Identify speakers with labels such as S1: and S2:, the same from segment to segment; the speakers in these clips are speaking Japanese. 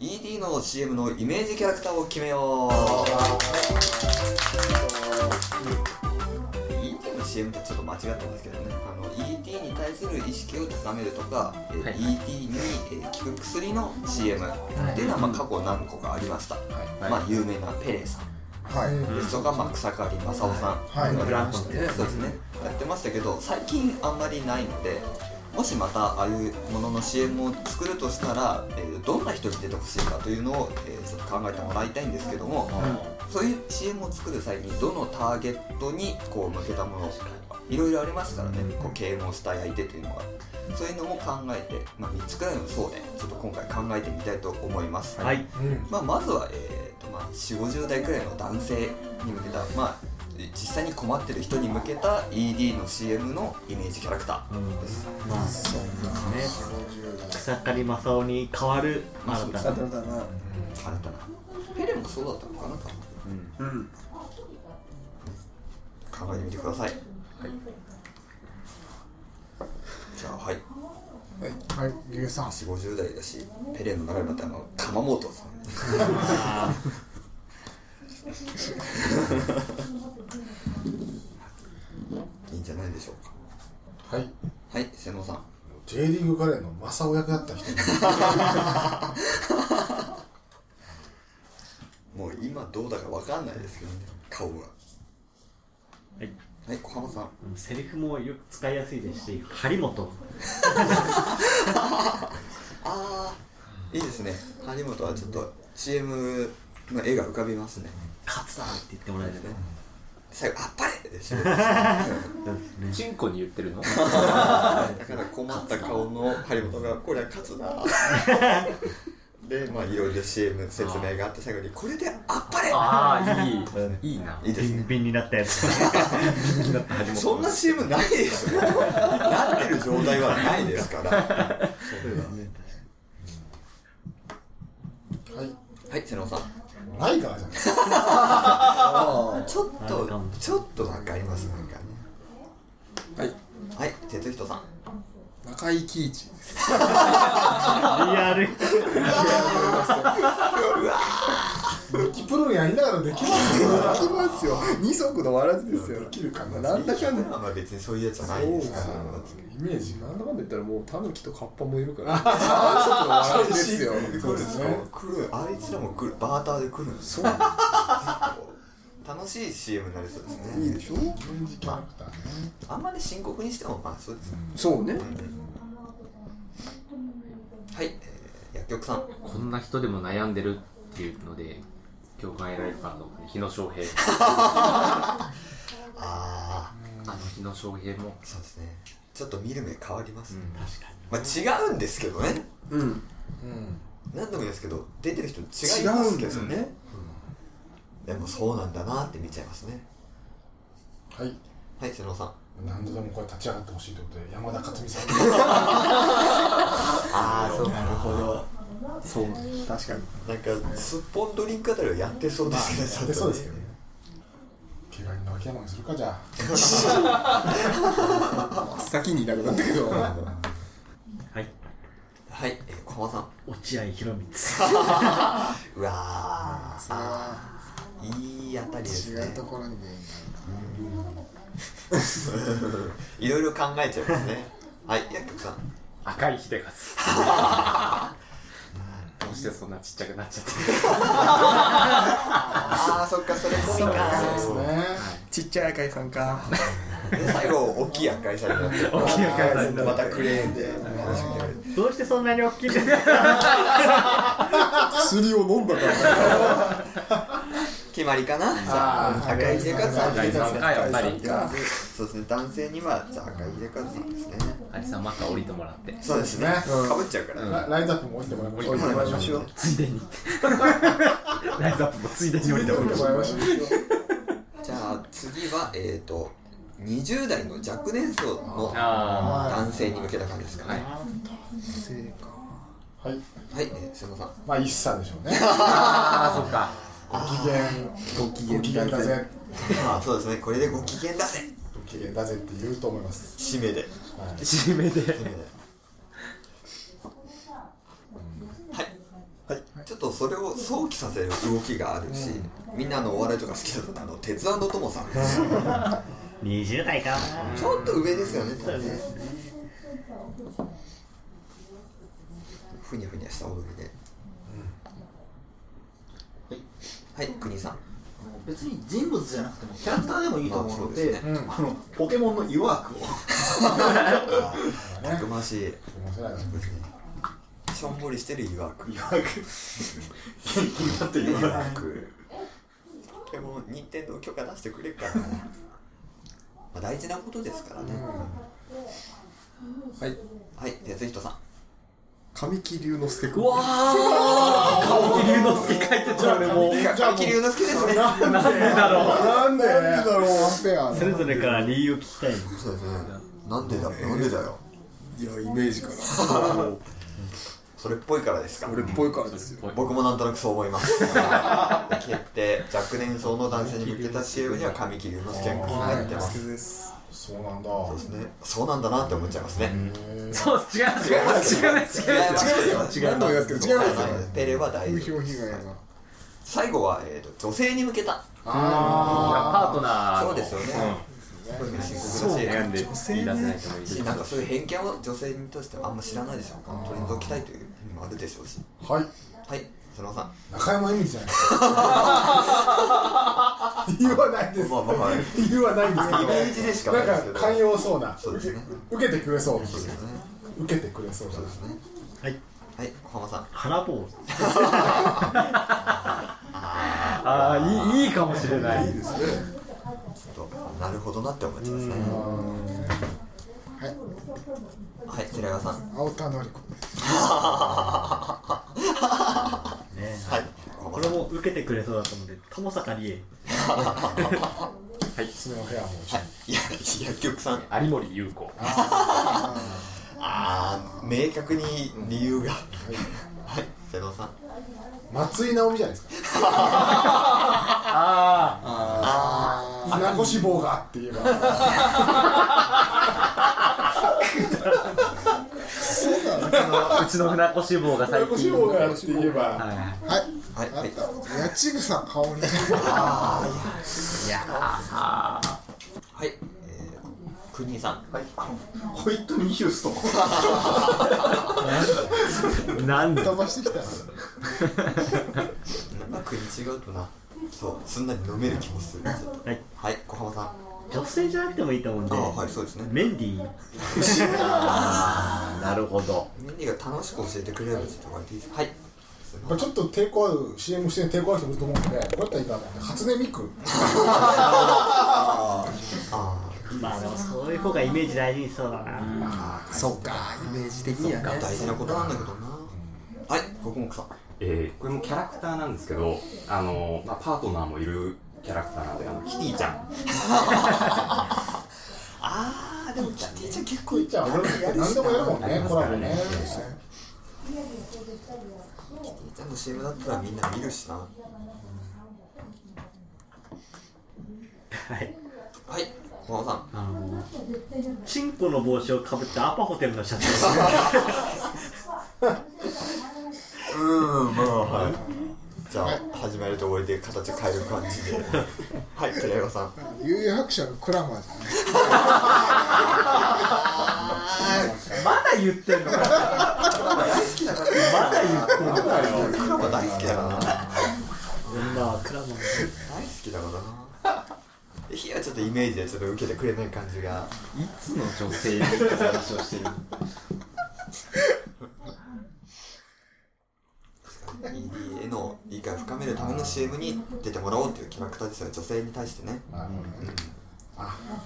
S1: ED の CM のイメージキャラクターを決めよう ED の CM ってちょっと間違ってますけどねあの ED に対する意識を高めるとか、えー
S2: はい
S1: ED に、えー効く薬の CM っていうのは、まあ、過去何個かありました、
S2: はい
S1: まあ、有名なペレさん
S3: はい。
S4: うん
S1: ですとか、まあ、草刈正雄さん、
S3: はい
S1: ブ
S4: ブ
S1: ラ
S4: ラ
S1: ン
S4: ン
S1: チ
S4: チ
S1: と
S4: と
S1: ね
S4: ね
S1: そうですねやってましたけど最近あんまりないのでもしまたああいうものの CM を作るとしたら、えーどんな人に出てほしいかというのを、えーちょっと考えてもらいたいんですけども、そういう CM を作る際にどのターゲットにこう向けたものいろいろありますからねこう啓蒙したい相手というのがそういうのも考えて、まあ、3つくらいの層でちょっと今回考えてみたいと思います。
S2: はい
S3: うん。
S1: まあ、まずは、えーとまあ、4 5 0代くらいの男性に向けた、まあ、実際に困ってる人に向けた ED の CM のイメージキャラクターです、
S2: まあ
S4: そうか。
S2: ね
S3: 50代。
S2: 草刈正雄に代わる
S1: まあ
S2: 新た
S4: だ
S2: な
S4: っただな。
S1: 新たなペレもそうだったのかな多
S2: うん
S4: う
S1: 分
S4: ん。
S1: 考えてみてください、じゃあはい
S3: はい。ゆげさん。
S1: 4 5 0代だしペレの中にまたあの鎌本さん
S2: あ
S1: いいんじゃないでしょうか
S3: はい。
S1: はい瀬野さん
S3: J リーグカレーのマサオ役だった人。
S1: もう今どうだか分かんないですけどね顔が
S2: ーはい
S1: はい小浜さん
S2: セリフもよく使いやすいですし張本
S1: ああいいですね張本はちょっと CM の絵が浮かびますね
S2: 勝つなって言ってもらえるね
S1: 最後「あっぱれ!」でしょうん
S2: ね
S5: チンコに言ってるの
S1: だから困った顔の張本が「これは勝つな」でまあいろいろ CM 説明があって最後に「これであっぱれ!
S5: ああいいいいな」
S1: いいです
S2: ビ
S1: ね
S2: ンビンになったやつ
S1: そんな CM ないですよなってる状態はないですから
S3: はい。
S1: はい瀬野さん
S3: ライガーじゃないですか。
S1: ちょっ
S2: あるか
S1: と
S2: も
S1: ちょっとわかりますなんかね
S4: はい。
S1: はい哲人さん
S4: 中井貴一です。
S2: リアル
S3: キプロやりながらできますよ。
S4: できますよ。二足のわらずですよ。
S3: できるかな
S4: なんだかんだ。
S1: まあ別にそういうやつは
S3: そ
S1: ないうです
S3: か
S1: から。
S3: イメージ
S4: なんだかんだ言ったらもうタヌキとカッパもいるから。三足のわらずですよ。
S1: そうです
S3: ね
S1: 来るあいつらも来るバーターで来るんです
S3: そう。
S1: 楽しい CM になりそうですね
S4: いいでしょ。
S3: 軍事キャラクターね。
S1: あんまり深刻にしてもまあそうですね
S4: そうね。
S1: はい、えー、薬局さん
S5: こんな人でも悩んでるっていうので今日考えられたの日野翔平
S1: ああ
S5: あの日野翔平も
S1: そうですねちょっと見る目変わります、ね
S2: 確か
S1: まあ違うんですけどね
S4: うん。
S1: 何度も言うんですけど出てる人違いますけど
S4: 違うん
S1: ね
S4: です
S1: でもそうなんだなって見ちゃいますね
S3: はい。
S1: はい瀬野さん
S3: 何度でもこれ立ち上がってほしいってことで山田勝美さん。
S1: ああそうなるほど
S4: そう。確かに。
S1: なんかすっぽんドリンクあたりはやってそうですけどね、
S3: やってそうですけどね。怪我人の秋山にするかじゃあ。
S4: 先にいなくなったけど。
S2: にはい
S1: はい、えー、駒さん
S2: 落合博満
S1: うわーあーいい当たりです
S4: 違
S1: ね
S4: うところにね。
S1: いろいろ考えちゃいますねはい薬局さん
S5: 赤い秀和 どうしてそんなちっちゃくなっちゃった
S1: ああそっかそれ込みか
S3: そうですね。
S4: ちっちゃい赤井さんか。
S1: で最後大きい赤いさになって
S2: 大きい赤いさになって
S1: またクレーンで話しかけられて
S2: どうしてそんなに大きいんですか
S4: 薬を飲んだから。
S1: 決まりかなじゃ
S3: あ
S1: あ
S3: ー
S1: 赤い秀和さん
S5: 赤いさんかやっぱり
S4: か。
S1: そうですね男性にはじゃあ赤い秀和さんですね
S5: あれさまた降りてもらって
S1: そうですね
S3: うん
S1: かぶっちゃうから、
S3: ラライズアップも降りてもらいまし
S4: お
S3: ょう。
S4: いてもらいましょう。
S5: ついでにライズアップもついでに降りて
S3: 降りて もらいましょう。
S1: じゃあ次はえっ、ー、と20代の若年層の
S5: あ
S1: 男性に向けた感じですかね
S4: せか。
S3: はい。
S1: はい、えー、瀬野さん
S3: まあ一茶でしょ うね。
S5: ああそっか
S3: ご機嫌。ご機嫌。ご機嫌だぜ。
S1: まあそうですね、これでご機嫌だぜ
S3: ご機嫌だぜって言うと思います。
S1: 締めで
S3: はい。
S5: 締めで
S1: はい、
S3: はい。
S1: ちょっとそれを想起させる動きがあるし、みんなあのお笑いとか好きだとあの鉄腕の 友さん
S2: 20代か
S1: ちょっと上ですよね多分ねふにゃふにゃした踊りで、はいはい国井さん
S6: 別に人物じゃなくてもキャラクターでもいいと思うので,、
S1: まあ
S6: あのポケモンのイワークを
S1: たくましい
S3: 面白いな
S1: しょんぼりしてるいわく
S6: イワーク元気になってイワーク
S1: でも任天堂許可出してくれるからな、まあ、大事なことですからね、
S4: はい
S1: はい哲人さん
S4: 神木隆之介君
S2: わあ顔龍之介書いてちゃうねもう
S1: 神木隆之介ですね
S2: なんでだろう
S3: なんで
S4: なんでだろうアペア
S2: それぞれから理由を聞きたい
S1: そうですねなんでだろうなんでだよ
S4: いやイメージから
S1: それっぽいからですか
S4: 俺っぽいからですよ
S1: 僕もなんとなくそう思います 決定若年層の男性に向けた CM には神木隆之介が入ってます
S4: 介です
S3: そうなんだ
S1: そうですねそうなんだなって思っちゃいますね
S2: そう違
S1: 違
S2: う
S1: います
S2: 違う
S1: 違
S2: 違
S1: います
S2: う
S1: よ
S4: 何度も言いますけど違いますよ
S1: ペレは大
S4: 風
S1: 事
S4: 評被害が
S1: 最後は、えー、と女性に向けた
S5: パートナーの
S1: そうですよね、これね深刻なシ
S5: 悩ん
S1: ーン
S5: で言い出せない人もいるし
S1: なんかそういう偏見を女性にとしてはあんま知らないでしょうから取り除きたいという意味もあるでしょうし
S3: はい
S1: はい瀬野さん
S3: 中山由美じゃない ですか言わないです
S1: まあまあまあイ
S3: 言わないんですけど
S1: メージでしかないです
S3: な
S1: け
S3: ん
S1: ど
S3: か寛容そうな
S1: そうですね
S3: 受けてくれそう
S1: そうですね
S3: 受けてくれそうだ
S1: そう
S3: な
S1: ですね
S2: はい
S1: はい小浜さん
S2: 腹棒 ああいいいいかもしれない
S1: ちょっとなるほどなって思っちゃいますねはい寺川さん
S4: 青田のり子です
S2: ね
S1: はい小浜
S2: これ
S1: さん
S2: も受けてくれそうだと思うんで友坂理恵
S3: スネアフェアも
S1: いや薬局さん
S5: 有森裕子
S1: ああ明確に理由がはい瀬野さん
S3: 松井直美じゃないですか
S2: あ
S3: 船越棒がって言えば
S2: あうちの船越坊が最
S3: 船越
S2: 近
S3: 棒がって言えば
S2: は
S4: はい
S1: はい
S4: あ
S1: は
S4: っ
S1: い
S4: た八千草香織
S1: はいえー国井さん
S6: はいあのホイットニー・ヒューストン
S2: いなんで
S4: 飛ばしてきた
S1: なんか国違うとなそうすんなり飲める気もするちょっと
S2: はい
S1: はい小浜さん
S2: 女性じゃなくてもいいと思うん
S1: あ
S2: で
S1: あはいそうですね
S2: メンディーあーなるほど
S1: メニーが楽しく教えてくれるやつとかいいですはい
S3: まあちょっと抵抗ある CM して抵抗ある人もいると思うんでこうやったらいいかなと思って初音ミク
S1: あ
S2: まあでもそういう方がイメージ大事にしそうだな
S4: そっかイメージ的には
S1: あ
S4: ね
S1: 大事なことなんだけどなはい僕もさん
S7: えーこれもキャラクターなんですけど、あのまあ、パートナーもいるキャラクターなんで、あのキティちゃん、
S1: あーでもキティちゃん結構
S3: こいちゃん俺ら何でもやるもんねコラボね
S1: キティちゃんの CM だったらみんな見るしな
S2: はい
S1: はい小浜さん
S2: あのチンコの帽子をかぶったアパホテルの社長
S1: うーんまあはいじゃあ始めると終わりで形変える感じで はい寺山さん
S4: 悠々白書のクラマーじゃない
S2: まだ言ってんのかまだ言ってんのか
S1: クラマ大好きだからな大好
S2: 女はクラマン
S1: きだからなひやちょっとイメージでちょっと受けてくれない感じが
S5: いつの女性に話を してる
S1: いい絵の理解を深めるための CM に出てもらおうっていうキャラクターですよ女性に対してね
S3: あ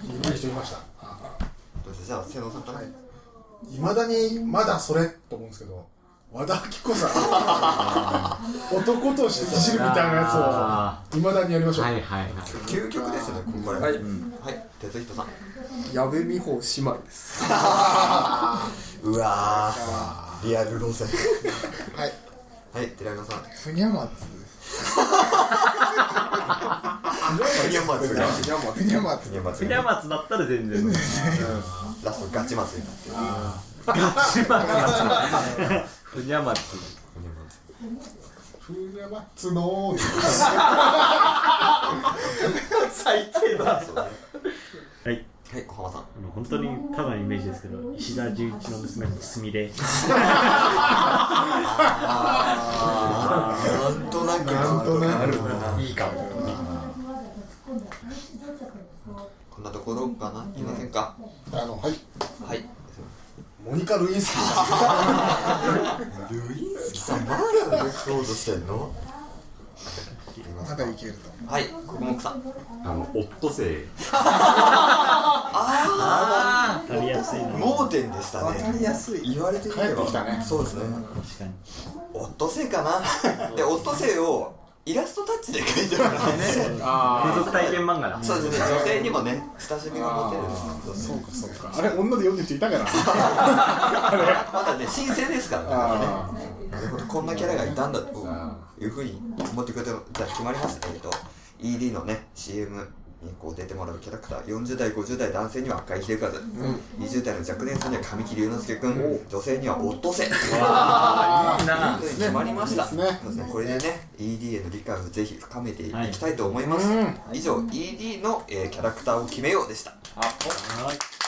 S3: イメージしてきました
S1: どうせじゃあ瀬野さんから、
S3: いまだにまだそれと思うんですけど和田アキ子さん男としていじるみたいなやつをいまだにやりましょう、
S5: はいはいはい
S1: 究極ですよねこれ
S4: はい
S1: はい哲人さん
S4: 矢部美穂姉妹です
S1: うわーリアル路線
S4: はい
S1: はい寺山さん
S4: ふにゃまつです
S1: 宮松が
S4: ふにゃまつふに
S1: 宮
S4: ゃまつ
S1: 松
S2: フィラ
S1: が
S2: マツだったら全然
S1: ラストガチ松になってる
S2: ガチマツふにゃまつ
S3: プーヤマッツの
S6: 最低だ
S1: そうはい
S8: はい
S1: はい小浜さん
S8: あの本当にただのイメージですけど石田純一の娘のすみれ
S1: あーなんとなく
S3: なんとなく
S4: いいかも
S1: こんなところかないませんか
S3: あのはい
S1: はい
S3: モニカ・ルインスキーさん
S4: ルインスキさんまだレコードしてんの
S3: まだいけると
S1: はい国木さん
S7: あの、オットセイ。
S8: 当たりやすいな
S1: 盲点でしたね
S4: りやすい言われてみ
S3: 帰ってきたね
S4: そうですね
S8: 確かに
S1: オットセイかなでオットセイをイラストタッチで描いてるからね
S5: 連続体験漫画だ
S1: そうですね女性にもね親しみが持てる
S3: そうかそうかあれ女で読んでる人いたから
S1: まだね新鮮ですからね
S3: あ
S1: なるほどこんなキャラがいたんだというふうに思ってくれてじゃあ決まりますえっと ED のね CM にこう出てもらうキャラクター40代50代男性には赤井秀和、20代の若年さんには神木隆之介君女性にはオットセイ
S5: あいいな
S1: というふうに決まりました
S3: いいですね
S1: そうですねこれでね ED への理解をぜひ深めていきたいと思います、以上 ED の、えーキャラクターを決めようでした
S8: はい